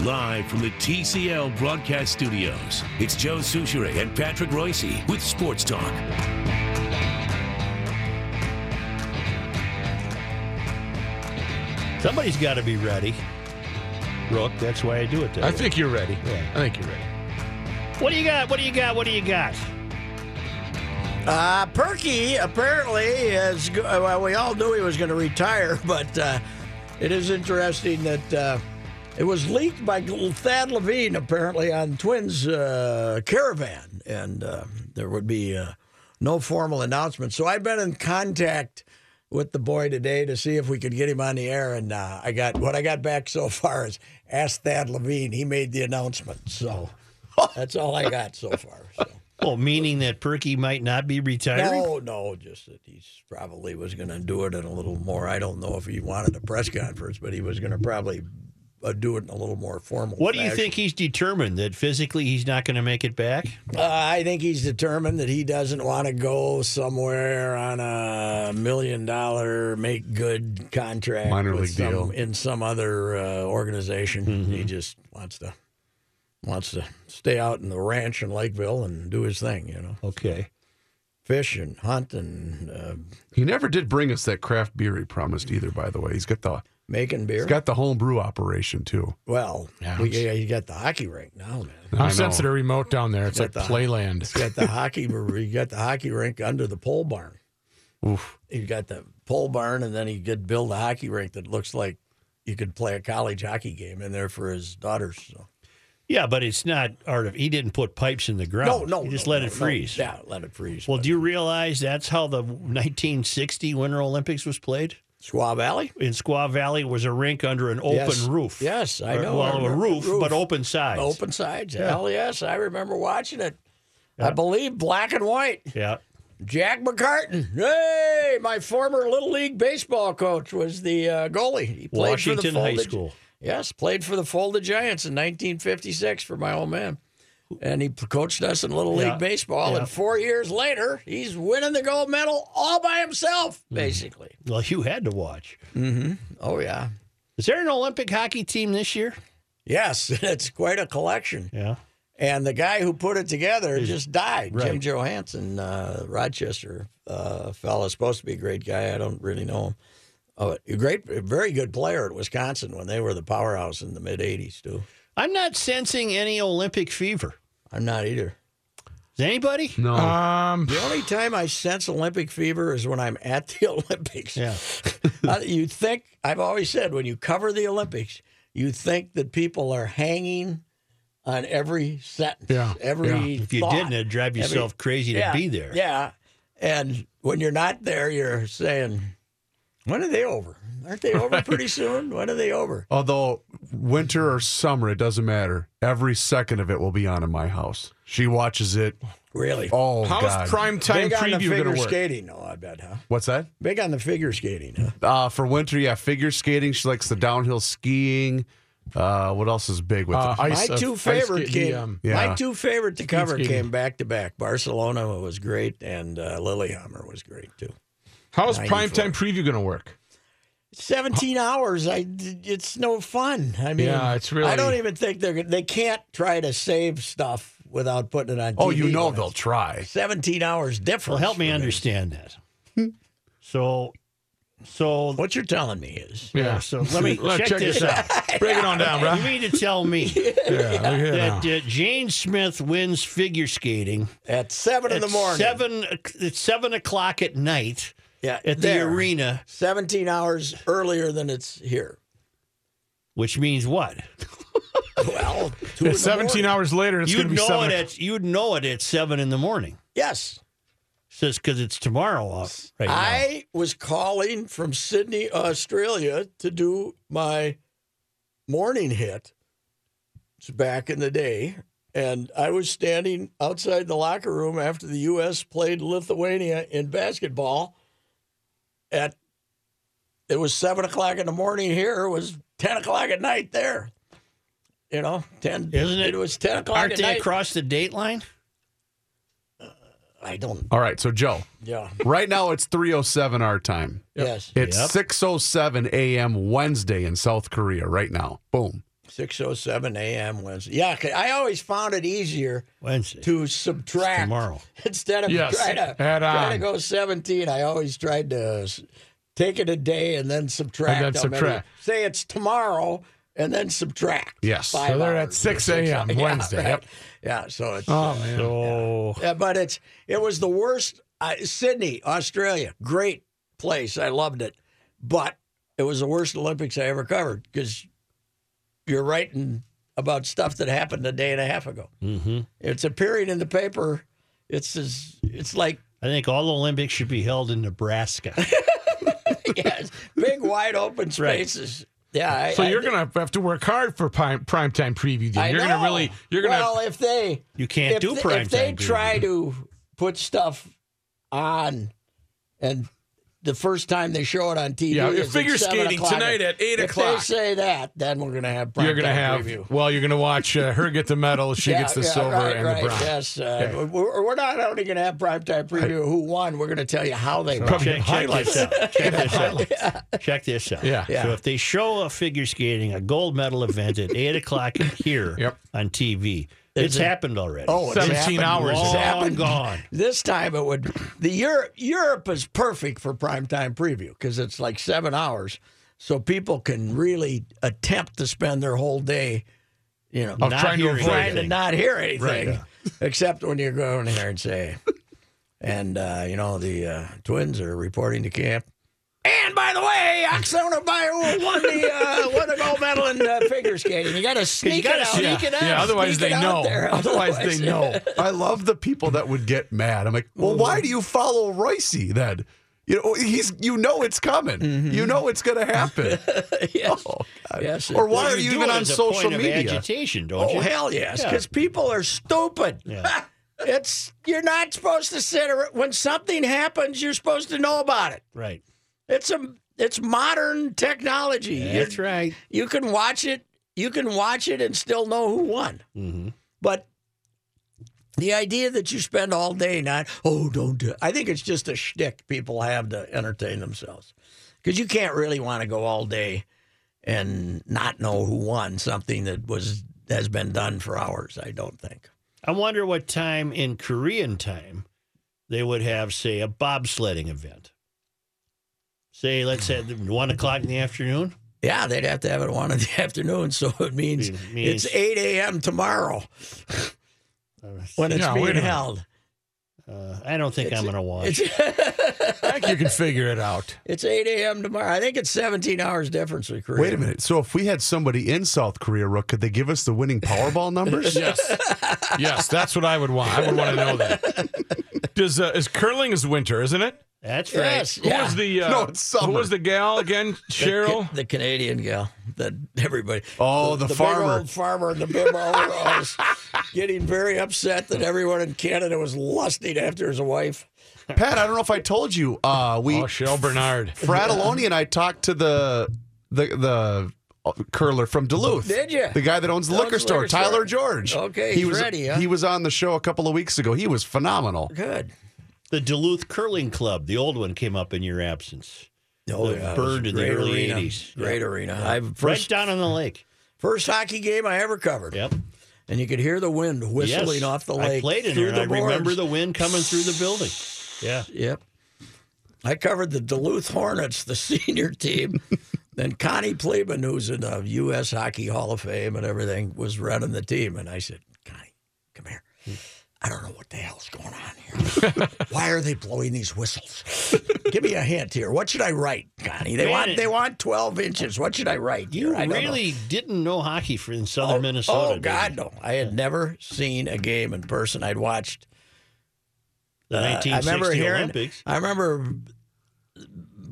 Live from the TCL broadcast studios, it's Joe Souchere and Patrick Royce with Sports Talk. Somebody's got to be ready. Brooke, that's why I do it. That I way. think you're ready. Yeah. I think you're ready. What do you got? What do you got? What do you got? Uh, Perky apparently is. go- uh, Well, we all knew he was going to retire, but uh, it is interesting that uh, it was leaked by Thad Levine apparently on Twins uh, Caravan, and uh, there would be uh, no formal announcement. So I've been in contact with the boy today to see if we could get him on the air, and uh, I got what I got back so far is ask Thad Levine. He made the announcement, so that's all I got so far. So. Oh, meaning that Perky might not be retiring? No, no, just that he probably was going to do it in a little more. I don't know if he wanted a press conference, but he was going to probably uh, do it in a little more formal. What do you fashion. think he's determined that physically he's not going to make it back? Uh, I think he's determined that he doesn't want to go somewhere on a million dollar make good contract, Minor with league some- deal. in some other uh, organization. Mm-hmm. He just wants to wants to stay out in the ranch in Lakeville and do his thing. You know, Okay. fish and hunt and uh, He never did bring us that craft beer he promised either. By the way, he's got the making beer. he's got the home brew operation too. Well, Yeah. we, yeah, you got the hockey rink now, man. You I know. I'm sensing a remote down there. It's Got like the- playland. got the hockey, you got the hockey rink under the pole barn. Oof. You got the pole barn, and then he could build a hockey rink that looks like you could play a college hockey game in there for his daughters. So. Yeah, but it's not art of. He didn't put pipes in the No, ground. no, He just no, let no, it no. freeze. Yeah, let it freeze. Well, Well, do you realize that's how the 1960 Winter Olympics was played? Squaw Valley. In Squaw Valley was a rink under an open Yes. roof. Yes, I Or- know. I Well, a remember. roof, Roof. but open sides. Open sides. Hell yes, I remember watching it. I believe black and white. Yeah. Jack McCartan. Hey, my former little league baseball coach was the uh, goalie. He played for Washington the High Folded- School. Yes, played for the Folded Giants in 1956 for my old man. And he p- coached us in Little League Yeah, Baseball. yeah. And four years later, he's winning the gold medal all by himself, Mm-hmm. basically. Well, you had to watch. Oh, yeah. Is there an Olympic hockey team this year? Yes, it's quite a collection. Yeah. And the guy who put it together just died. Jim Mm. Right. Johansson, uh, Rochester uh, fella, supposed to be a great guy. I don't really know him. Oh, a great, a very good player at Wisconsin when they were the powerhouse in the mid '80s too. I'm not sensing any Olympic fever. I'm not either. Is anybody? No, Um, The only time I sense Olympic fever is when I'm at the Olympics. Yeah. Uh, you think I've always said when you cover the Olympics, you think that people are hanging on every sentence, Yeah, every yeah. If you thought. didn't, it'd drive yourself crazy to yeah, be there. Yeah. And when you're not there, you're saying, when are they over? Aren't they over pretty soon? When are they over? although winter or summer, it doesn't matter. Every second of it will be on in my house. She watches it. Really? Oh God! how's prime time Big on the preview going to figure work? skating, though, I bet, huh? What's that? Big on the figure skating, huh? Uh, for winter, yeah, figure skating. She likes the downhill skiing. Uh, what else is big with Uh, it? ice, my uh, two ice favorite skating, came. the, um, yeah. My two favorite to cover skating. came back to back. Barcelona was great, and uh, Lillehammer was great too. how's 94. prime time preview going to work? Seventeen hours, I. It's no fun. I mean, Yeah, it's really- I don't even think they're. They can't try to save stuff without putting it on. oh, TV you know when they'll it's try. Seventeen hours difference. Well, help me for understand that. So, so What you're telling me is Yeah. So let me Let's check, check this this out. Break it on down, bro. You mean to tell me Yeah, look at that now. that uh, Jane Smith wins figure skating at seven in at the morning. seven at seven o'clock at night Yeah, at there. the arena, Seventeen hours earlier than it's here. which means what? Well, two in the It's 17 morning. hours later. It's going You'd to be know seven. it o'clock. at you'd know it at seven in the morning, Yes. just because it's tomorrow off right now. I was calling from Sydney, Australia to do my morning hit. It's back in the day. And I was standing outside the locker room after the U.S. played Lithuania in basketball. At it was seven o'clock in the morning here. It was ten o'clock at night there. You know, ten. Isn't it- It was ten o'clock Aren't at they night. across the date line? I don't. All right, so Joe, Yeah. right now it's 3:07 our time. Yes. It's Yep. 6:07 a.m. Wednesday in South Korea right now. Boom. Six oh seven a.m. Wednesday. Yeah, 'cause I always found it easier Wednesday. to subtract tomorrow. instead of Yes, try to try add to on. go seventeen. I always tried to s- take it a day and then subtract. And then how many- subtract. say it's tomorrow and then sub-tract. Yes. five So they're at hours or 6 a.m. Yeah, Wednesday. right. Yep. Yeah. So it's. uh, Oh man. So Yeah, Uh, but it's it was the worst. Uh, Sydney, Australia, great place. I loved it, but it was the worst Olympics I ever covered because you're writing about stuff that happened a day and a half ago. Mm-hmm. It's appearing in the paper. It's as, it's like I think all Olympics should be held in Nebraska. yeah, it's big wide open Right. spaces. Yeah. I, So I- you're gonna have to work hard for prime primetime preview. Then. I You're gonna know. really. You're gonna. well if they You can't if do they, prime if they time, dude. try to put stuff on and the first time they show it on TV, Yeah, is figure at 7 skating o'clock. tonight at 8 If o'clock. they say that, then we're gonna have prime you're gonna time have. preview. Well, you're gonna watch uh, her get the medal. She Yeah, gets the yeah, silver right, and right, the bronze. Yes, uh, Yeah. we're, we're not only going to have primetime preview of who won. We're going to tell you how they won. Probably- Check, check this out. Check this out. Check this out. Yeah. Yeah. So if they show a figure skating, a gold medal event at eight o'clock here Yep. on TV, it's a- happened already. Oh, it's happened. 17 hours. It's Long happened. gone. This time it would. The Europe Europe is perfect for primetime preview because it's like seven hours, so people can really attempt to spend their whole day, you know, Of Not trying to hearing avoid trying to anything. not hear anything, Right, yeah. except when you go in there and say, and uh, you know the uh, twins are reporting to camp. And by the way, Oksana Bayou won the uh, won the gold medal in uh, figure skating. You got to sneak gotta it out. sneak sneak it out. Yeah, otherwise sneak it they out know. there. Otherwise they know. I love the people that would get mad. I'm like, well, why do you follow Ricey then? You know, he's you know it's coming. Mm-hmm. You know it's gonna happen. yes. Oh, God. Yes, or why Well, are you do even it on as a social point of media? agitation, don't Oh you? hell yes, Yeah. because people are stupid. Yeah. it's you're not supposed to sit ar- when something happens. You're supposed to know about it. Right. It's a it's modern technology. You're- That's right. You can watch it. You can watch it and still know who won. Mm-hmm. But the idea that you spend all day not oh don't do it. I think it's just a shtick people have to entertain themselves because you can't really want to go all day and not know who won something that was has been done for hours. I don't think. I wonder what time in Korean time they would have, say, a bobsledding event. Say, let's say one o'clock in the afternoon. Yeah, they'd have to have it one in the afternoon, so it means, It means- it's eight a.m. tomorrow when it's Yeah, wait a being minute. held. Uh, I don't think I'm going to watch. It's I think you can figure it out. it's eight a.m. tomorrow. I think it's seventeen hours difference with Korea. Wait a minute. So if we had somebody in South Korea, Rook, could they give us the winning Powerball numbers? Yes. Yes, that's what I would want. I would want to know that. Does uh, is curling is winter, isn't it? That's right. Yes, Who yeah. was the uh, No, it's who summer. was the gal again? Cheryl. the Canadian gal that everybody. Oh, the big farmer. old farmer in the bib overalls, getting very upset that everyone in Canada was lusting after his wife. Pat, I don't know if I told you. Uh, we Oh, Cheryl Bernard. Fratelloni and I talked to the the the curler from Duluth. Did ya? The guy that owns the Owns liquor the store, liquor store. Tyler George. Okay, he he's was ready, huh? he was on the show a couple of weeks ago. He was phenomenal. Good. The Duluth Curling Club, the old one, came up in your absence. Oh, The yeah, it was bird a in the great early arena. 80s. Great arena. I've Right first, down on the lake. first hockey game I ever covered. Yep. And you could hear the wind whistling yes. off the I lake. played in through there. and The I remember boards. the wind coming through the building. Yeah. Yep. I covered the Duluth Hornets, the senior team. and Connie Pleban, who's in the U.S. Hockey Hall of Fame and everything, was running the team. And I said, Connie, come here. I don't know what the hell's going on here. Why are they blowing these whistles? Give me a hint here. What should I write, Connie? They want Man. they want 12 inches. What should I write? You here? I don't know." really didn't know hockey for in southern Oh, Minnesota. Oh did God, you? no! I had never seen a game in person. I'd watched. The uh, I 1960 remember hearing. Olympics. I remember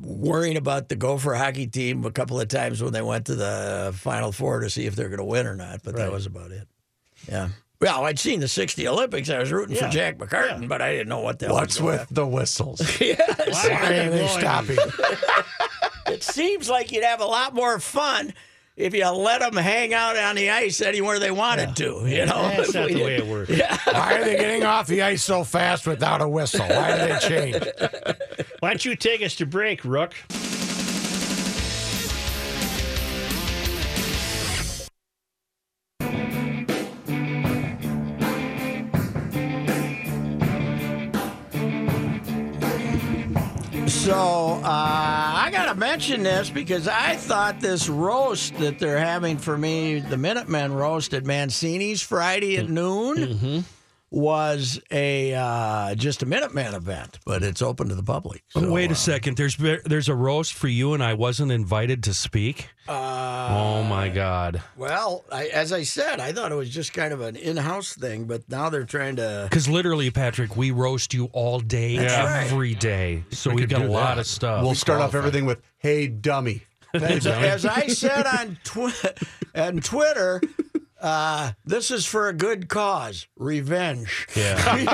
worrying about the Gopher hockey team a couple of times when they went to the Final Four to see if they're going to win or not. But that Right. was about it. Yeah. Well, I'd seen the '60 Olympics. I was rooting Yeah, for Jack McCartan, but I didn't know what the hell was What's going with the whistles? on. Yes. Why are they stopping? it seems like you'd have a lot more fun if you let them hang out on the ice anywhere they wanted to. You know, That's not We the didn't- way it works. Why are they getting off the ice so fast without a whistle? Why do they change? Why don't you take us to break, Rook? So uh, I gotta mention this because I thought this roast that they're having for me, the Minutemen roast at Mancini's Friday Mm-hmm. at noon, was a uh, just a Minuteman event, but it's open to the public. So, Wait uh, a second. There's there's a roast for you, and I wasn't invited to speak. oh my God! Well, I, as I said, I thought it was just kind of an in-house thing, but now they're trying to. Because literally, Patrick, we roast you all day, every That's right. day. So we have got a lot of Oh, stuff. We'll start off everything with, hey, dummy. As, as I said on twi- on Twitter, uh, this is for a good cause: revenge. Yeah. a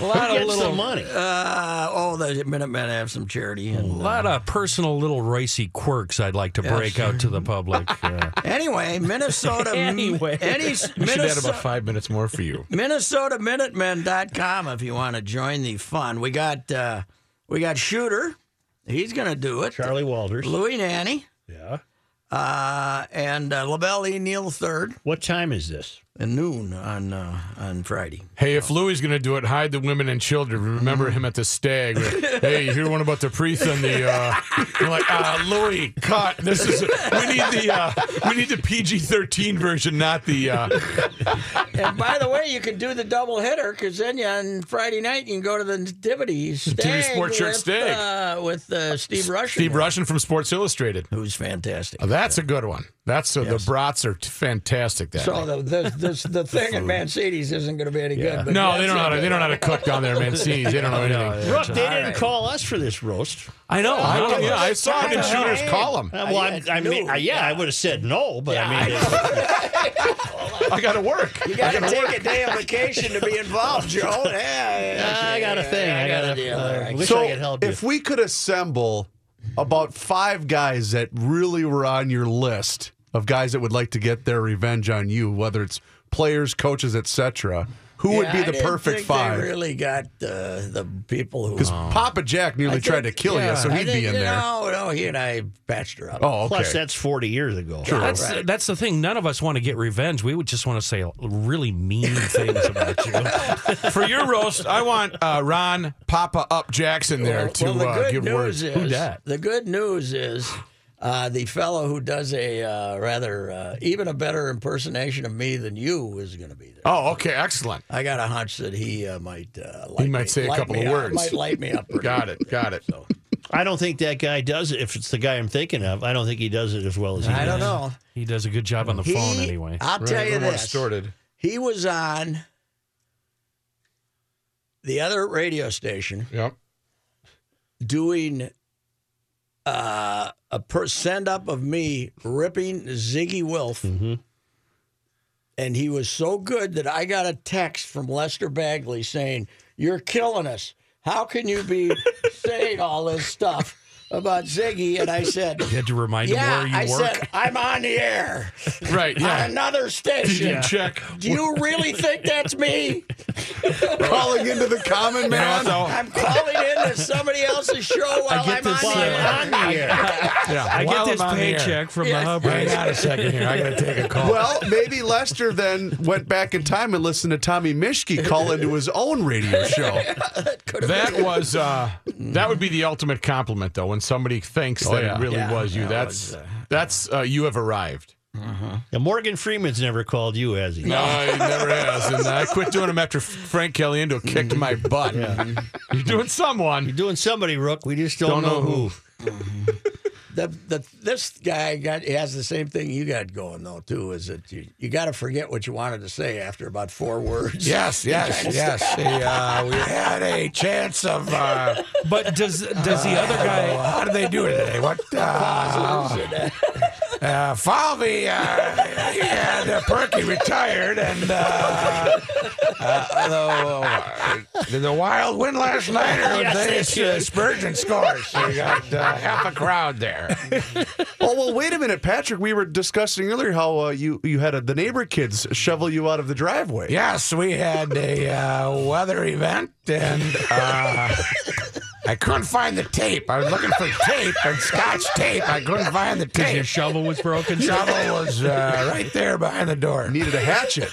lot Get some money. Uh, oh, the Minutemen have some charity. a And, uh, lot of personal little ricey quirks I'd like to break out to the public. Yeah. anyway, Minnesota. Anyway. any We should add about Minnesota. five minutes more for you. MinnesotaMinutemen.com if you want to join the fun. We got uh, we got Shooter. He's going to do it. Charlie Walters. Louie Nanny. Yeah. Uh, and uh, LaBelle E. Neal third What time is this? and noon on uh, on Friday. Hey, if Louie's going to do it, hide the women and children. Remember him at the stag. hey, you hear one about the priest and the? Uh, you're like, uh, Louie, cut. This is we need the uh, we need the PG thirteen version, not the. Uh, And by the way, you can do the double hitter because then you, on Friday night you can go to the Nativity Stag Sports Shirt with, Stag. uh, with uh, Steve Russian, Steve Russian from Sports Illustrated. who's fantastic. Uh, That's a good one. That's uh, the brats are t- fantastic. That So uh, night. the the, this, the thing at Mercedes isn't going to be any good. But no, that's they don't know how to, they don't know how to cook down there, Mancini's. They don't know anything. Brooke, they didn't call us for this roast. I know. I don't. Yeah, I saw it in Shooter's column. Uh, well, I, had I mean, no- uh, yeah, I would have said no, but I mean, uh, I got to work. You got to take a day of vacation to be involved, Joe. Yeah, yeah, Uh, I got a thing. I got a deal. I wish So I could help you. if we could assemble about five guys that really were on your list of guys that would like to get their revenge on you, whether it's players, coaches, etc., who would be I the didn't perfect think five? They really got uh, the people who. Because Papa Jack nearly tried to kill you, so I he'd think- be in there. No, no, he and I patched her up. Oh, okay. Plus, that's 40 years ago. That's that's the thing. None of us want to get revenge. We would just want to say really mean things about you. For your roast, I want uh, Ron Papa Up Jackson there to well, the uh, good give news words. is Who dat? the good news is uh, the fellow who does a uh, rather uh, even a better impersonation of me than you is going to be there. Oh, okay, excellent. I got a hunch that he uh, might uh, light might me- say a light couple me of up- words. Might light me up. pretty Got good. it. Got it. So I don't think that guy does it. If it's the guy I'm thinking of, I don't think he does it as well as he I does. don't know. He does a good job on the He, phone anyway. I'll tell you more this. distorted. He was on the other radio station Yep. doing uh, a per- send up of me ripping Ziggy Wilf. Mm-hmm. And he was so good that I got a text from Lester Bagley saying, You're killing us. How can you be saying all this stuff about Ziggy? And I said, You had to remind Yeah, him where I you work. said, I'm on the air Right. on Yeah. another station. Check. Do you really think that's me? Calling into the common You know man. what, though? I'm calling into somebody else's show while get I'm this, on the uh, air. I'm on the air. Yeah, I while get this I'm on the air- paycheck from Yes. the hub. Hang on a second here. I got to take a call. Well, maybe Lester then went back in time and listened to Tommy Mishke call into his own radio show. that was uh, that would be the ultimate compliment, though, when somebody thinks that yeah. it really Yeah, was you. that that's that's uh, you have arrived. And Morgan Freeman's never called you, has he? No, he never has. And I quit doing him after Frank Caliendo kicked my butt. You're doing someone. You're doing somebody, Rook. We just don't, Don't know who. The, the, this guy got he has the same thing you got going though too. Is that you, you got to forget what you wanted to say after about four words? Yes, yes, yes. The, uh, we had a chance of. Uh, But does does the other guy? how did they do it today? What? Uh, uh, Falvey, uh, yeah, the Perky retired, and uh, uh, the, the Wild win last night, or they, uh, Spurgeon scores. So you got uh, half a crowd there. Oh well, wait a minute, Patrick. We were discussing earlier how uh, you you had uh the neighbor kids shovel you out of the driveway. Yes, we had a uh, weather event, and uh, I couldn't find the tape. I was looking for tape and Scotch tape. I couldn't find the Your tape. shovel was broken. Shovel was uh, right there behind the door. Needed a hatchet.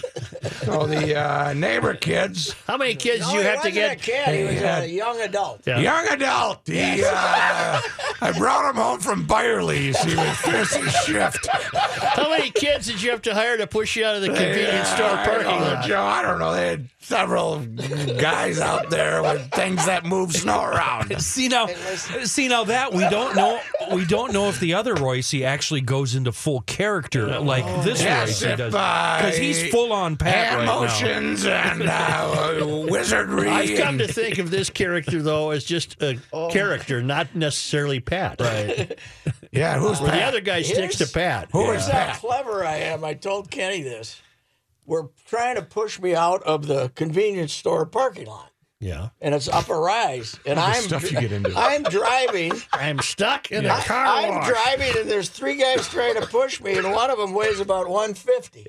So the uh, neighbor kids, How many kids No, do you he have to wasn't get? A kid. He was Yeah. a young adult. Yeah. young adult. He, uh, I brought him home from Byerly's. He was fierce as shift. How many kids did you have to hire to push you out of the convenience Yeah, store I parking don't know, lot? uh, oh, Joe, I don't know. They had several guys out there with things that move snow around. See now, see now that we don't know, we don't know if the other Royce actually goes into full character like this Yes, Royce if, does, uh, because he's full on Pat Hand right now. motions and uh, wizardry. I've come and- to think of this character though as just a Oh. character, not necessarily Pat. Right. yeah, who's Where the Pat? other guy sticks to Here's- Pat. Who Here's is how that? clever I am. I told Kenny this. We're trying to push me out of the convenience store parking lot, Yeah. and it's up a rise. And I'm stuff you get into. I'm driving. I'm stuck in a car I, am wash. driving, and there's three guys trying to push me, and one of them weighs about 150.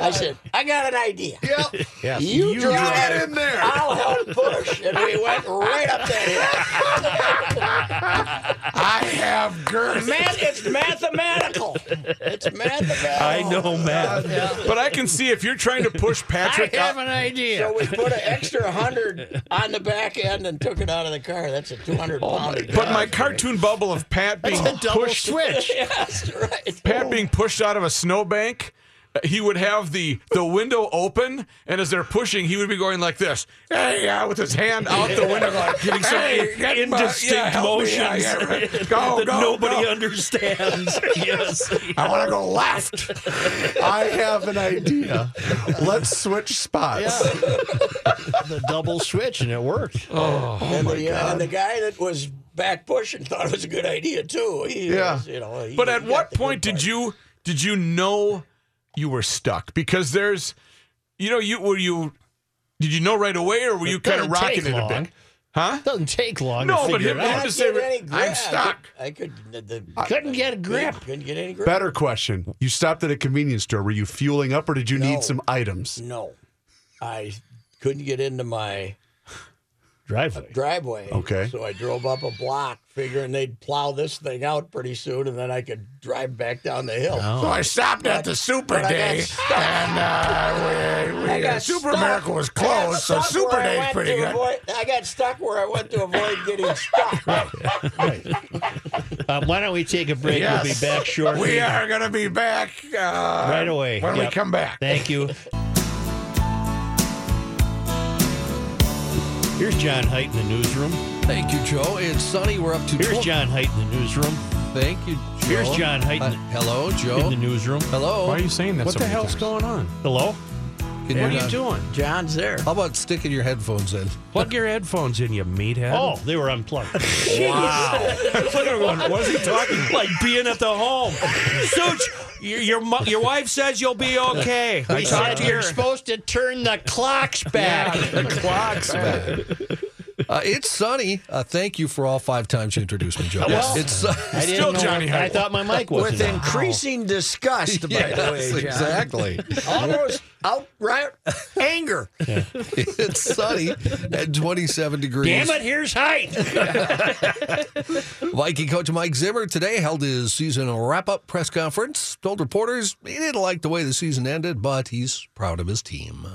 I said, I got an idea. Yep. Yes. You, drive get in there. I'll help push, and we went right up that hill. I have girth. Math, it's mathematical. It's mathematical. I know Matt. But I can see if you're trying to push I Patrick have out. an idea. So we put an extra hundred on the back end and took it out of the car. That's a two hundred pounder. But my cartoon bubble of Pat being It's a double pushed, switch. Yes, right. Pat being pushed out of a snowbank. uh, He would have the the window open, and as they're pushing, he would be going like this, "Hey, yeah," with his hand out the window, like giving some indistinct motions go, that go, nobody go. understands. yes. I want to go left. I have an idea. Let's switch spots. the double switch, and it worked. and, the, uh, and the guy that was back pushing thought it was a good idea too. He Yeah. was, you know. he- But he at got what the good point did part. you did you know you were stuck? Because there's, you know, you were you, did you know right away, or were you kind of doesn't take rocking it a long. bit? Huh? Doesn't take long. No, to but figure him- it him out. to Couldn't say, get any "I'm grip. I could- stuck." I couldn't. The, the, Couldn't get a grip. Couldn't get any grip. Better question. You stopped at a convenience store. Were you fueling up or did you No. need some items? No, I couldn't get into my Driveway. driveway. Okay. So I drove up a block, figuring they'd plow this thing out pretty soon, and then I could drive back down the hill. So I stopped at the Super But I got Day, stuck. and uh, we, I we, got Super stuck. Miracle was I got closed, so stuck Super where I Day's went pretty to good. avoid- I got stuck where I went to avoid getting stuck. Um, why don't we take a break? We'll be Yes. back shortly. We are going to be back uh, right away. when we Yep. come back. Thank you. Here's John Height in the newsroom. Thank you, Joe. It's sunny. We're up to. Here's 12 John Height in the newsroom. Thank you, Joe. Here's John Height in Uh, hello, the, in the Joe. newsroom. Hello. you saying that? What the hell's going on? Hello? Can What are not- you doing? John's there. How about sticking your headphones in? Plug your headphones in, you meathead. Oh, they were unplugged. was he talking like being at the home? Such your your, mo- your wife says you'll be okay. I He talked said to you're your supposed to turn the clocks back. Clocks, man. Uh, it's sunny. Uh, thank you for all five times you introduced me, Joe. Well, it's uh, I didn't Still know- Johnny I Height. thought my mic With wasn't on. increasing disgust, by the way, yes, John. exactly. Almost outright anger. it's sunny at 27 degrees. Damn it, here's Height. Viking coach Mike Zimmer today held his season wrap up press conference. Told reporters he didn't like the way the season ended, but he's proud of his team.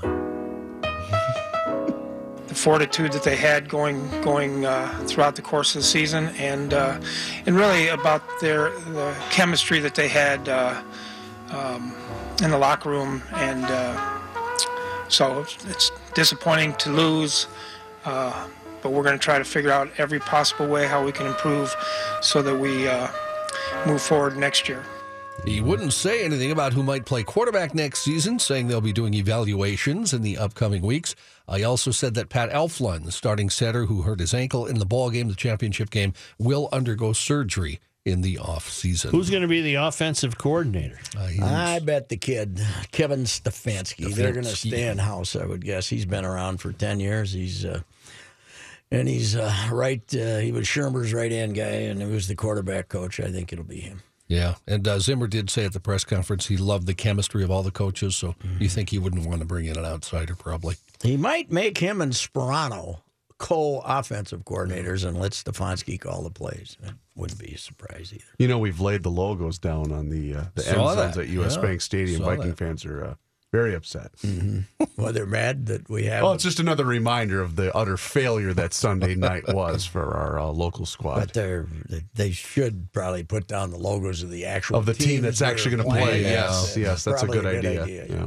the fortitude that they had going going uh, throughout the course of the season, and uh, and really about their the chemistry that they had uh, um, in the locker room, and uh, so it's- it's disappointing to lose. Uh, but we're going to try to figure out every possible way how we can improve so that we uh, move forward next year. He wouldn't say anything about who might play quarterback next season, saying they'll be doing evaluations in the upcoming weeks. Uh, He also said that Pat Elflund, the starting center who hurt his ankle in the ball game, the championship game, will undergo surgery in the offseason. Who's going to be the offensive coordinator? Uh, he- I bet the kid, Kevin Stefanski, they're going to stay in house, I would guess. He's been around for 10 years. He's, uh, and he's uh, right, uh, he was Shermer's right hand guy, and he was the quarterback coach. I think it'll be him. yeah, and uh, Zimmer did say at the press conference he loved the chemistry of all the coaches, so you think he wouldn't want to bring in an outsider, probably. He might make him and Sperano co offensive coordinators and let Stefanski call the plays. That wouldn't be a surprise either. You know, we've laid the logos down on the uh, the Saw end zones that. at US Yeah. Bank Stadium. Saw Viking that. Mm-hmm. fans are uh, Very upset. Well, they're mad that we have. Well, it's just another reminder of the utter failure that Sunday night was for our uh, local but squad they're they- they should probably put down the logos of the actual of the team that's actually going to play. Yes, yes, that's a good, idea. Yeah.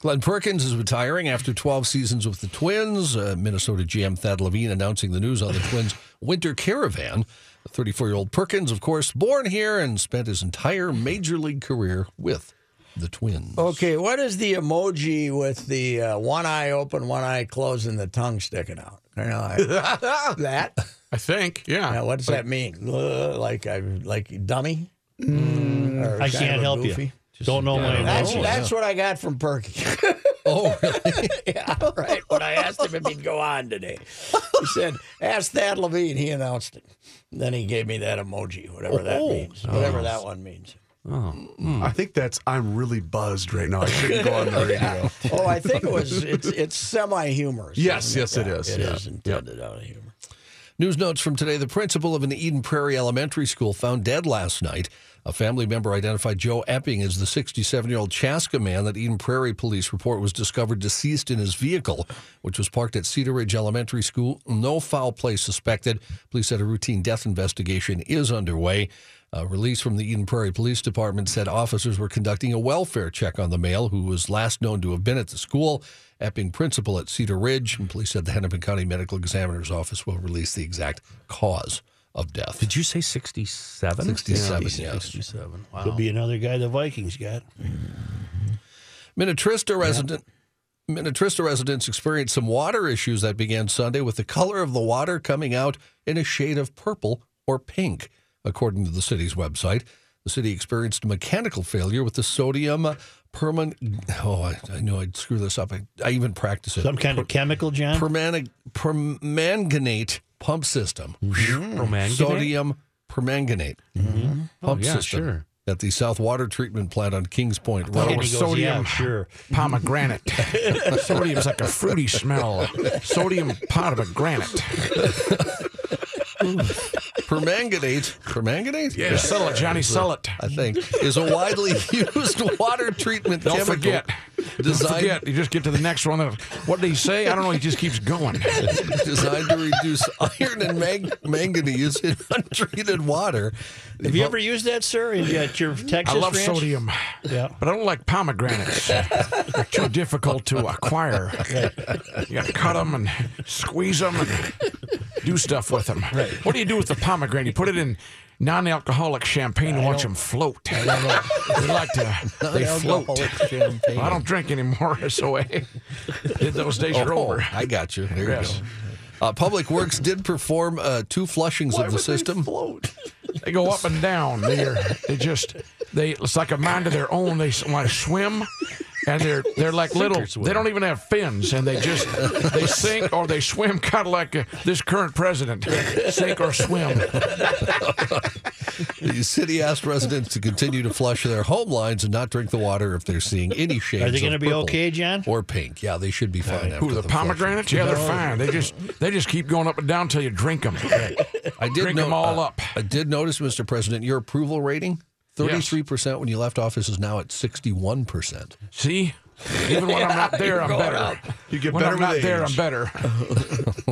Glenn Perkins is retiring after 12 seasons with the Twins. Uh, Minnesota GM Thad Levine announcing the news on the Twins' winter caravan. The 34 year old Perkins, of course, born here and spent his entire major league career with the Twins. Okay, what is the emoji with the uh, one eye open, one eye closed, and the tongue sticking out? You know, I- that. I think. Yeah. Now, what does that mean? Uh, Like I like dummy? Or Mm, I kind of can't a help you. goofy? Don't know my That's, emotions. that's what I got from Perky. Oh, really? yeah, all right. When I asked him if he'd go on today, he said, "Ask Thad Levine." He announced it. Then he gave me that emoji, whatever that Oh, means, whatever that one means. I think that's I'm really buzzed right now. I shouldn't go on the radio. Oh, I think it was. It's it's semi humorous. Yes, yes, it is. It Yeah. is intended out of humor. News notes from today. The principal of an Eden Prairie elementary school found dead last night. A family member identified Joe Epping as the 67 year old Chaska man that Eden Prairie police report was discovered deceased in his vehicle, which was parked at Cedar Ridge Elementary School. No foul play suspected. Police said a routine death investigation is underway. A release from the Eden Prairie Police Department said officers were conducting a welfare check on the male who was last known to have been at the school. Epping principal at Cedar Ridge, and police said the Hennepin County Medical Examiner's Office will release the exact cause of death. Did you say 67? 67, yes. 67. Wow. Could be another guy the Vikings got. Minnetrista resident Minnetrista residents experienced some water issues that began Sunday with the color of the water coming out in a shade of purple or pink, according to the city's website. The city experienced a mechanical failure with the sodium uh, perman. Oh, I, I know I'd screw this up. I, I even practice it. Some kind of chemical, John. Permana- permanganate pump system. Permanganate? Sodium permanganate pump Mm-hmm. Oh, yeah, system sure. at the South Water Treatment Plant on Kings Point Well, Road. And he goes, sodium. yeah, sure. Pomegranate. Sodium's like a fruity smell. Sodium pomegranate. Permanganate, permanganate, Yeah, sell it, Johnny, sell it. I think, is a widely used water treatment Don't chemical forget. Don't designed, forget. You just get to the next one. What did he say? I don't know. He just keeps going. designed to reduce iron and mang- manganese in untreated water. Have you ever used that, sir? In, at your I Texas love ranch? sodium, Yeah. but I don't like pomegranates. They're too difficult to acquire. You got to cut them and squeeze them and do stuff with them. What do you do with the pomegranate? You put it in non-alcoholic champagne and watch them float. They like to. They float. champagne. I don't drink anymore, so eh, those days are Oh, over. I got you. There Yes. you go. Uh, Public Works did perform uh, two flushings of the system. They go up and down. They're they just they it's like a mind of their own. They want to swim, and they're they're like little. They don't even have fins, and they just they sink or they swim, kind of like uh, this current president, sink or swim. The city asked residents to continue to flush their home lines and not drink the water if they're seeing any shades. Are they going to be okay, John? Or pink? Yeah, they should be fine. After Who the the flushing. pomegranates? Yeah, they're fine. They just they just keep going up and down till you drink them. I did Drink no- 'em all uh, up. I did notice, Mr. President, your approval rating. 33% when you left office is now at 61%. See, even when I'm not there, I'm better. You get when better I'm with not there, I'm age. better.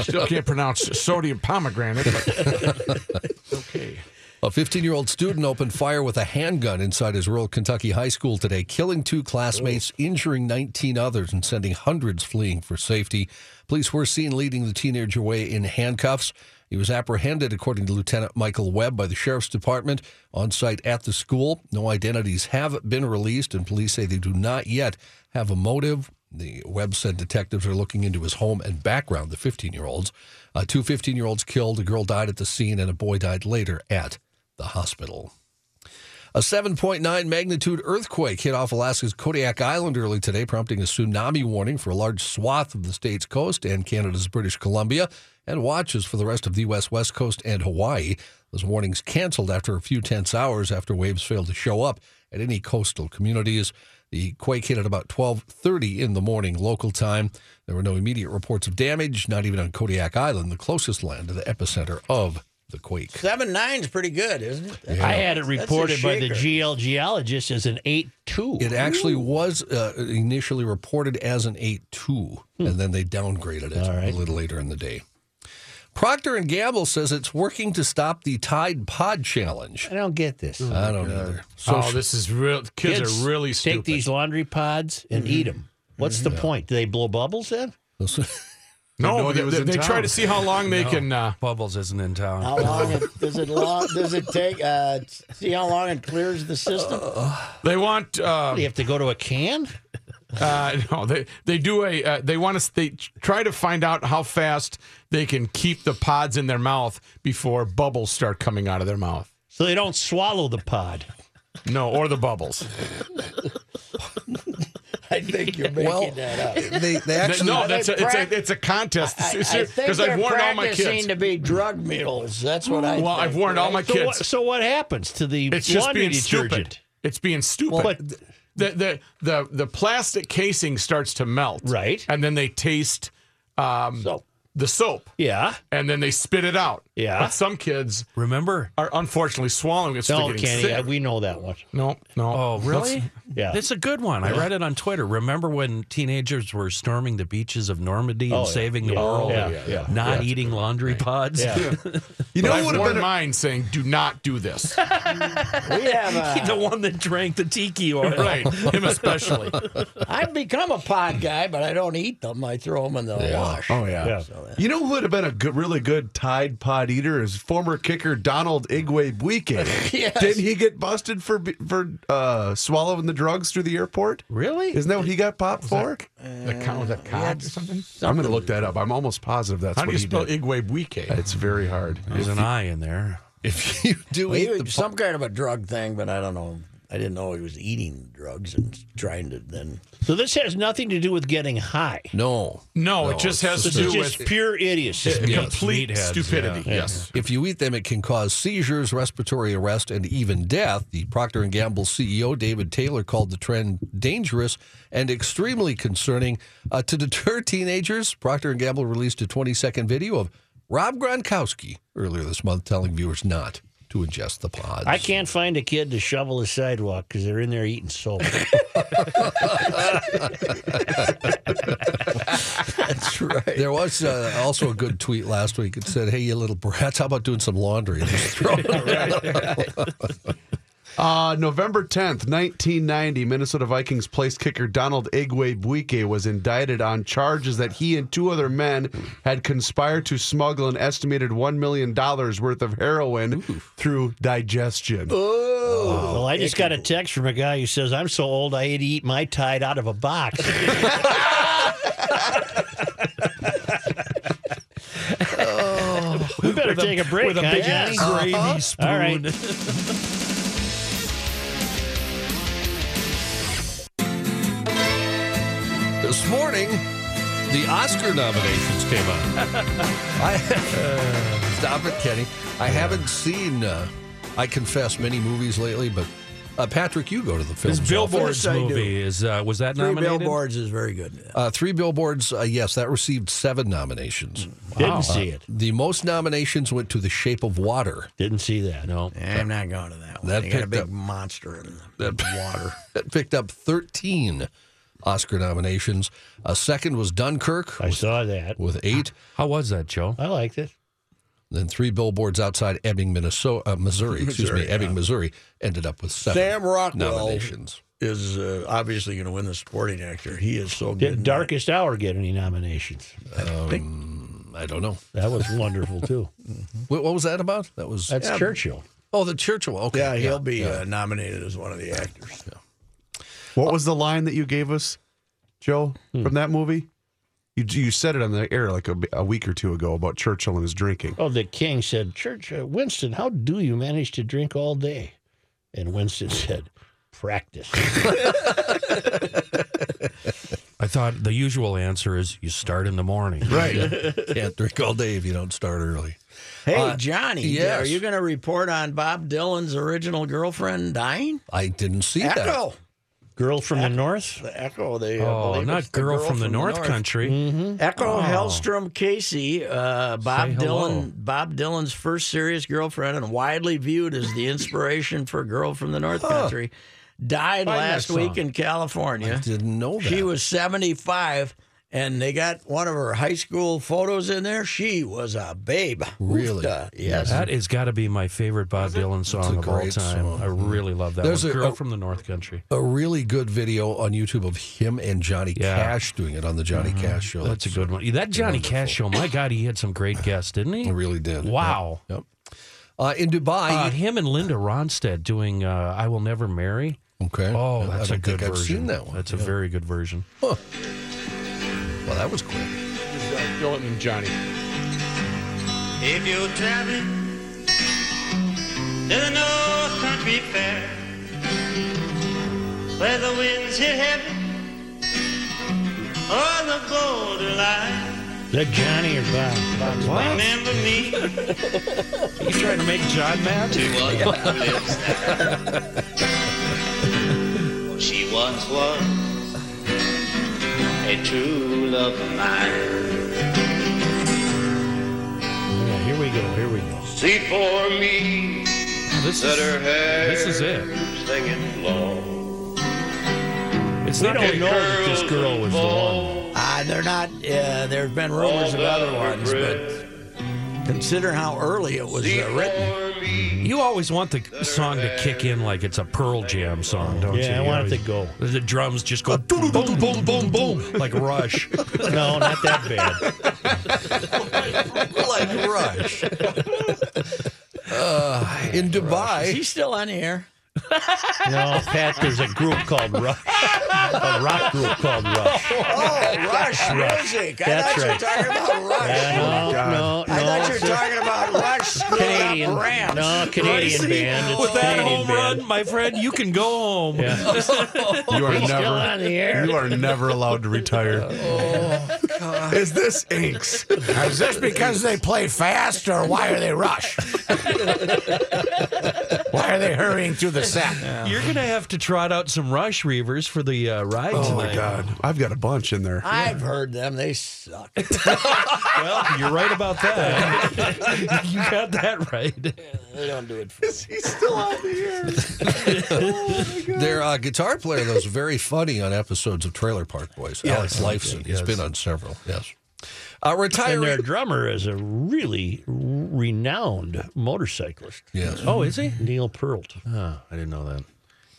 Still can't pronounce sodium pomegranate. but- okay. A 15 year old student opened fire with a handgun inside his rural Kentucky high school today, killing two Oh. classmates, injuring 19 others, and sending hundreds fleeing for safety. Police were seen leading the teenager away in handcuffs. He was apprehended, according to Lieutenant Michael Webb, by the Sheriff's Department on site at the school. No identities have been released, and police say they do not yet have a motive. The Webb said detectives are looking into his home and background, the 15 year olds. Uh, two 15 year olds killed, a girl died at the scene, and a boy died later at the hospital. A 7.9 magnitude earthquake hit off Alaska's Kodiak Island early today, prompting a tsunami warning for a large swath of the state's coast and Canada's British Columbia, and watches for the rest of the U.S. West Coast and Hawaii. Those warnings canceled after a few tense hours after waves failed to show up at any coastal communities. The quake hit at about 12:30 in the morning local time. There were no immediate reports of damage, not even on Kodiak Island, the closest land to the epicenter of the quake. Seven nine's pretty good, isn't it? I had it That's a reported by the shaker. GL geologist as an eight two. It actually was uh, initially reported as an 8.2, and then they downgraded it a little later in the day. Procter and Gamble says it's working to stop the Tide Pod Challenge. I don't get this. Mm-hmm. I don't either. oh, this is real. Kids, are really Take stupid. these laundry pods and Mm-hmm. eat 'em. eat them. What's the point? Do they blow bubbles then? no, Nobody they, was they, in they try town. to see how long they can. Uh, Bubbles isn't in town. How long it, does it long, does it take? Uh, see how long it clears the system. they want. Uh, Do you have to go to a can? Uh, no, they they do a uh, they want to they try to find out how fast they can keep the pods in their mouth before bubbles start coming out of their mouth. So they don't swallow the pod. No, or the bubbles. I think you're making Well, that up. they, they actually no, Are that's they a, it's prac- a it's a contest I, I think because they're I've warned all my practicing kids. to be drug mules. That's what I. Well, think, I've warned all my right? So what, kids. so what happens to the It's just laundry being detergent? stupid. It's being stupid. But- the, the the the plastic casing starts to melt, Right. And then they taste um, Soap. the soap, Yeah. and then they spit it out. Yeah. But some kids Remember? are unfortunately swallowing it. So No, they're getting Kenny, sick. yeah, we know that one. No, no. Oh, really? That's- Yeah. It's a good one. I read it on Twitter. Remember when teenagers were storming the beaches of Normandy and Oh, yeah. saving the Yeah. world, Yeah, and yeah, yeah. not eating laundry pods? Yeah. You But know I've what would have warned been a- mine saying, "Do not do this." We have. uh, the one that drank the tiki oil. right, him especially. I've become a pod guy, but I don't eat them. I throw them in the wash. Oh yeah. Yeah. You know who would have been a good, really good Tide Pod eater is former kicker Donald Igwe Buike. Yes. Didn't he get busted for be- for uh, swallowing the drugs through the airport? really? Isn't that what he got popped for? the count that cod or something. I'm going to look that up. I'm almost positive that's How what do you he spell did. Igwe Buike? It's very hard. There's an eye in there. if you do Well, he eat the was some kind of a drug thing, but I don't know. I didn't know he was eating drugs and trying to then. So this has nothing to do with getting high. no, No, it just has to This do is just with pure idiocy. complete meatheads, stupidity. Yes. If you eat them, it can cause seizures, respiratory arrest, and even death. The Procter & Gamble CEO, David Taylor, called the trend dangerous and extremely concerning. Uh, to deter teenagers, Procter & Gamble released a 20-second video of Rob Gronkowski earlier this month telling viewers not to ingest the pods. I can't find a kid to shovel the sidewalk because they're in there eating soap. That's right. There was uh, also a good tweet last week. It said, hey, you little brats, how about doing some laundry? And just throw it around. Uh, November 10th, 1990, Minnesota Vikings place kicker Donald Igwe Buike was indicted on charges that he and two other men had conspired to smuggle an estimated $1 million worth of heroin through digestion. well, I just got a text from a guy who says, I'm so old I had to eat my tide out of a box. we better take a break, With a huh, big Johnny? gravy Uh-huh. All right. spoon. This morning, the Oscar nominations came out. I, stop it, Kenny. I haven't seen, uh, I confess, many movies lately, but uh, Patrick, you go to the film. This Billboards I do. movie is uh, was that Three nominated? billboards is very good. Uh, three Billboards, uh, yes, that received seven nominations. Didn't see it. The most nominations went to The Shape of Water. Didn't see that. No. I'm not going to that one. That They got a picked big up- monster in That- the water. That picked up 13 Oscar nominations. A second was Dunkirk I saw that. with eight. How was that, Joe? I liked it. Then three billboards outside Ebbing, Minnesota, uh, Missouri. Excuse me, Ebbing, Missouri ended up with seven Sam Rockwell. nominations. Is uh, obviously going to win the supporting actor. He is so good. Did in that. Darkest Hour get any nominations? I don't know That was wonderful, too. what, what was that about. That was That's Churchill. oh the Churchill. Okay, Yeah, he'll be Uh, nominated as one of the actors. What was the line that you gave us, Joe, from that movie? You, you said it on the air like a, a week or two ago about Churchill and his drinking. Oh, the king said, Church, uh, Winston, how do you manage to drink all day? And Winston said, practice. I thought the usual answer is you start in the morning. right. Can't drink all day if you don't start early. Uh, Hey, Johnny, yes. are you going to report on Bob Dylan's original girlfriend dying? I didn't see that. Echo. Girl from the North. The Echo, they uh, Oh, believe it's not the girl, from, the North, Country. Echo Hellstrom Casey, uh, Bob Say hello. Dylan, Bob Dylan's first serious girlfriend, and widely viewed as the inspiration for "Girl from the North Country," died last week in California. Didn't know that. She was 75, and they got one of her high school photos in there. She was a babe. Really? Oofta. Yes. That has got to be my favorite Bob Dylan song of all time. great song. I really love that. There's one. a- Girl a- from the North Country. a really good video on YouTube of him and Johnny Yeah. Mm-hmm. Cash doing it on the Johnny Cash show. That's a good one. That Johnny Cash show, my God, he had some great guests, didn't he? It really did. Wow. Yep. Uh, in Dubai, Uh, him and Linda Ronstadt doing uh, "I Will Never Marry." okay. Oh, I- that's I a don't good version. think I've seen that one. That's a very good version. well, that was quick. Dylan and Johnny. If you're traveling to the North Country Fair, where the winds hit heavy on the border line, Is that Johnny or Bob? Bob's remember me. You trying to make John mad? lives there. For she once was a true love of mine. Yeah, here we go. Here we go. See for me This that is her hair this is it. singing long. It's not don't that know that this girl was the one. Uh, they're not. Uh, there have been rumors of other ones, but consider how early it was uh, written. You always want the song to kick in like it's a Pearl Jam song, don't you? Yeah, I You want it always- to go. The drums just Uh, go boom, boom, boom, boom, boom, like Rush. No, not that bad. like Rush. Uh, in Is he Dubai, still on the air? No, Pat, there's a group called Rush. A rock group called Rush. Oh, Rush music. I That's thought you were right. talking about Rush. Oh, no, no, I thought you were it's a talking about Rush screwing Canadian. up Rams. No, Canadian band. It's With that Canadian home band. run, my friend, you can go home. Yeah. You are Still never on the air. you are never allowed to retire. Is this inks? Is this because they play fast, or why are they rush? why are they hurrying through the set? You're gonna have to trot out some Rush reavers for the uh, ride Oh tonight. my god. I've got a bunch in there. I've heard them. They suck. Well, you're right about that. you got that right. They don't do it for me. He's still on the their uh, guitar player that was very funny on episodes of Trailer Park Boys, Alex Lifeson. He's been on several. Yes. Uh, And their retiring. drummer is a really renowned motorcyclist. Yes. Oh, is he? Neil Peart. Oh, I didn't know that.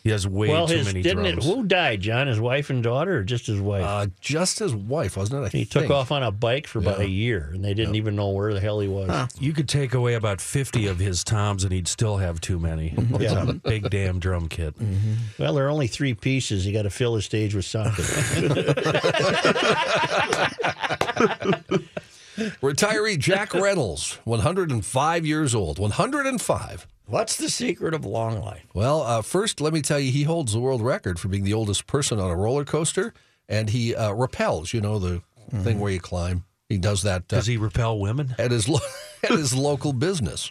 He has way well, too his many didn't drums. it? Who died? John, his wife and daughter, or just his wife? Uh, just his wife, wasn't it? I he took think. off on a bike for about a year, and they didn't even know where the hell he was. You could take away about 50 of his toms and he'd still have too many. It's a big damn drum kit. Well, there are only three pieces. You got to fill the stage with something. Retiree Jack Reynolds, 105 years old. 105. What's the secret of long life? Well, uh, first, let me tell you, he holds the world record for being the oldest person on a roller coaster, and he uh, rappels, you know, the thing where you climb. He does that uh, Does he repel women? at his lo- at his local business.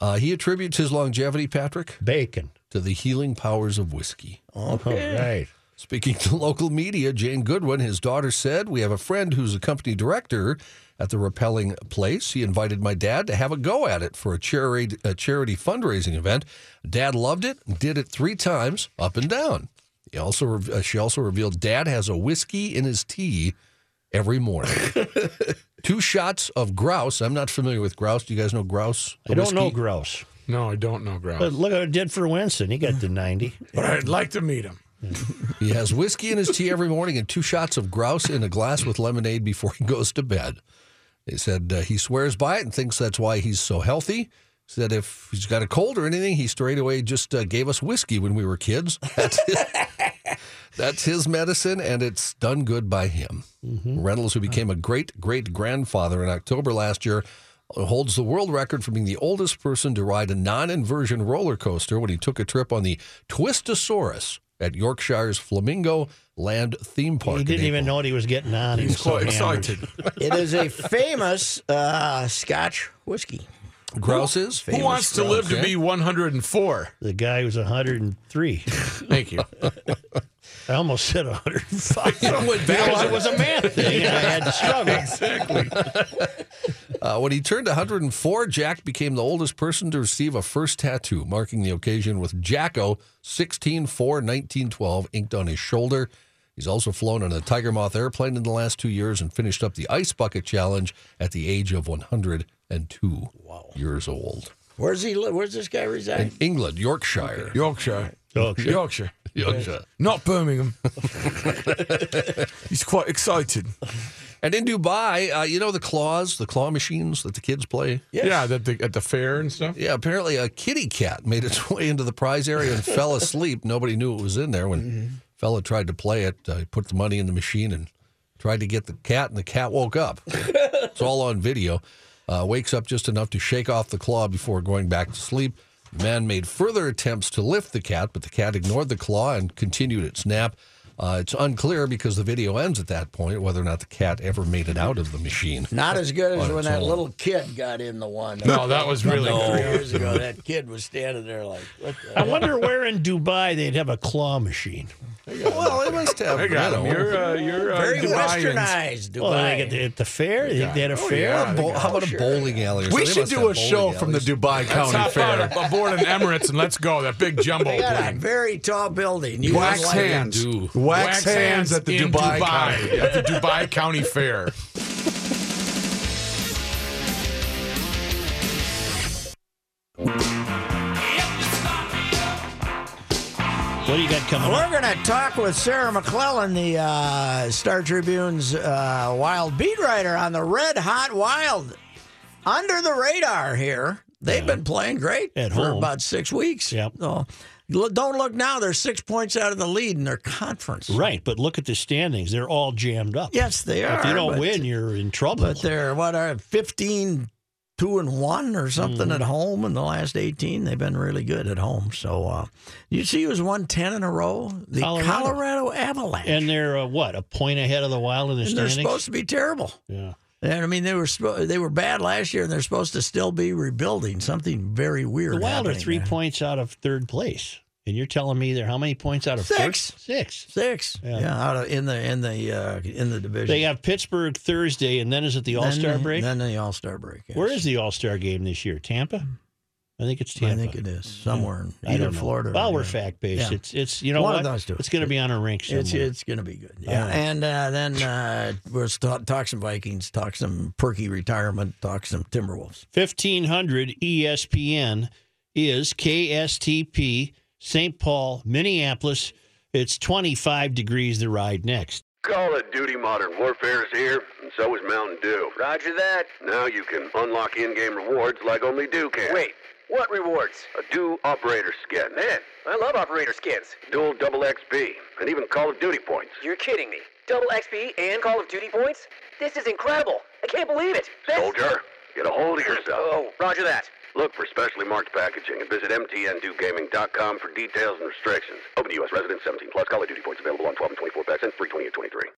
Uh, he attributes his longevity, Patrick, Bacon. to the healing powers of whiskey. Okay. All right. Speaking to local media, Jane Goodwin, his daughter, said, We have a friend who's a company director at the rappelling place. He invited my dad to have a go at it for a charity, a charity fundraising event. Dad loved it, did it three times, up and down. He also, re- uh, she also revealed dad has a whiskey in his tea every morning. Two shots of grouse. I'm not familiar with grouse. Do you guys know grouse? the I don't whiskey? know Gross, No, I don't know, Grouse. but look what it did for Winston. He got to 90. But I'd like to meet him. He has whiskey in his tea every morning and two shots of grouse in a glass with lemonade before he goes to bed. They said uh, he swears by it and thinks that's why he's so healthy. Said if he's got a cold or anything, he straight away just uh, gave us whiskey when we were kids. That's his, that's his medicine, and it's done good by him. Mm-hmm. Reynolds, who became a great great grandfather in October last year, holds the world record for being the oldest person to ride a non inversion roller coaster when he took a trip on the Twistosaurus at Yorkshire's Flamingo Land Theme Park. He in didn't even April. know what he was getting on. He was so hammered. It is a famous uh, Scotch whiskey. Grouses. Who wants to live to be 104? The guy was 103. Thank you. I almost said 105. went Because it backwards. was a math thing, and I had to struggle. Uh, when he turned 104, Jack became the oldest person to receive a first tattoo, marking the occasion with Jacko 16 4 1912 inked on his shoulder. He's also flown on a Tiger Moth airplane in the last two years and finished up the Ice Bucket Challenge at the age of 102 years old. Where's he? li- Where's this guy reside? In England, Yorkshire. Yorkshire. Yorkshire. Yorkshire. Yorkshire. Not Birmingham. He's quite excited. And in Dubai, uh, you know the claws, the claw machines that the kids play? Yeah, that the, at the fair and stuff. Yeah, apparently a kitty cat made its way into the prize area and fell asleep. Nobody knew it was in there when fella tried to play it. Uh, he put the money in the machine and tried to get the cat, and the cat woke up. it's all on video. Uh, wakes up just enough to shake off the claw before going back to sleep. The man made further attempts to lift the cat, but the cat ignored the claw and continued its nap. Uh, it's unclear because the video ends at that point whether or not the cat ever made it out of the machine. Not as good as On when its that own. little kid got in the one. No, that was really Three years ago, that kid was standing there like, what the I wonder where in Dubai they'd have a claw machine. Well, it must have. I got you him. know, You're, uh, you're uh, Very Dubaians. westernized Dubai. Well, like at the, at the fair, they, they had a fair. yeah. Bo- how about a bowling alley? Or We something? They should must do have a bowling show from the alleys. Dubai County Top Fair. out aboard an Emirates and let's go. That big jumbo They got a plane. very tall building. You Wax don't like it. hands. do. Wax, hands at the in Dubai, County. Dubai at the Dubai County Fair. What do you got coming up? We're going to talk with Sarah McClellan, the uh, Star Tribune's uh, wild beat writer on the Red Hot Wild. Under the radar here. They've been playing great At for home. about six weeks. Yep. So, lo- don't look now. They're six points out of the lead in their conference. Right, but look at the standings. They're all jammed up. Yes, they are. If you don't but- win, you're in trouble. But they're, what are 15, 2 and 1 or something Mm-hmm. at home in the last 18. They've been really good at home. So, uh, you see who's won 10 in a row? The Colorado. Colorado, Avalanche. and they're uh, what a point ahead of the Wild in the And they're standings. supposed to be terrible. yeah, And I mean, they were spo- they were bad last year, and they're supposed to still be rebuilding. Something very weird. the Wild are happening three there. points out of third place, and you're telling me they're how many points out of Six. First? Six. six. Yeah. Yeah, out of, in the in the uh, in the division. They have Pittsburgh Thursday, and then is it the Then All Star the- break? Then the All Star break. yes. Where is the All Star game this year? Tampa. I think it's Tampa. Mm-hmm. I think it is somewhere in I either don't know. Florida. Well, or we're fact based. Yeah. It's it's you know One what? of those two. It's going to be on a rink somewhere. It's it's gonna be good. Yeah, All right. and uh, then uh, we're talk, talk some Vikings, talk some perky retirement, talk some Timberwolves. 1500 ESPN is KSTP, St. Paul, Minneapolis. It's 25 degrees the ride next. Call of Duty Modern Warfare is here, and so is Mountain Dew. Roger that. Now you can unlock in-game rewards like only Dew can. Wait, what rewards? A Dew operator skin. Man, I love operator skins. Dual double XP, and even Call of Duty points. You're kidding me. Double XP and Call of Duty points? This is incredible. I can't believe it. That's- Soldier, get a hold of yourself. Oh, roger that. Look for specially marked packaging and visit mtndewgaming.com for details and restrictions. Open to U.S. residents 17 plus. Call of Duty points available on 12 and 24 packs and 320 and 23.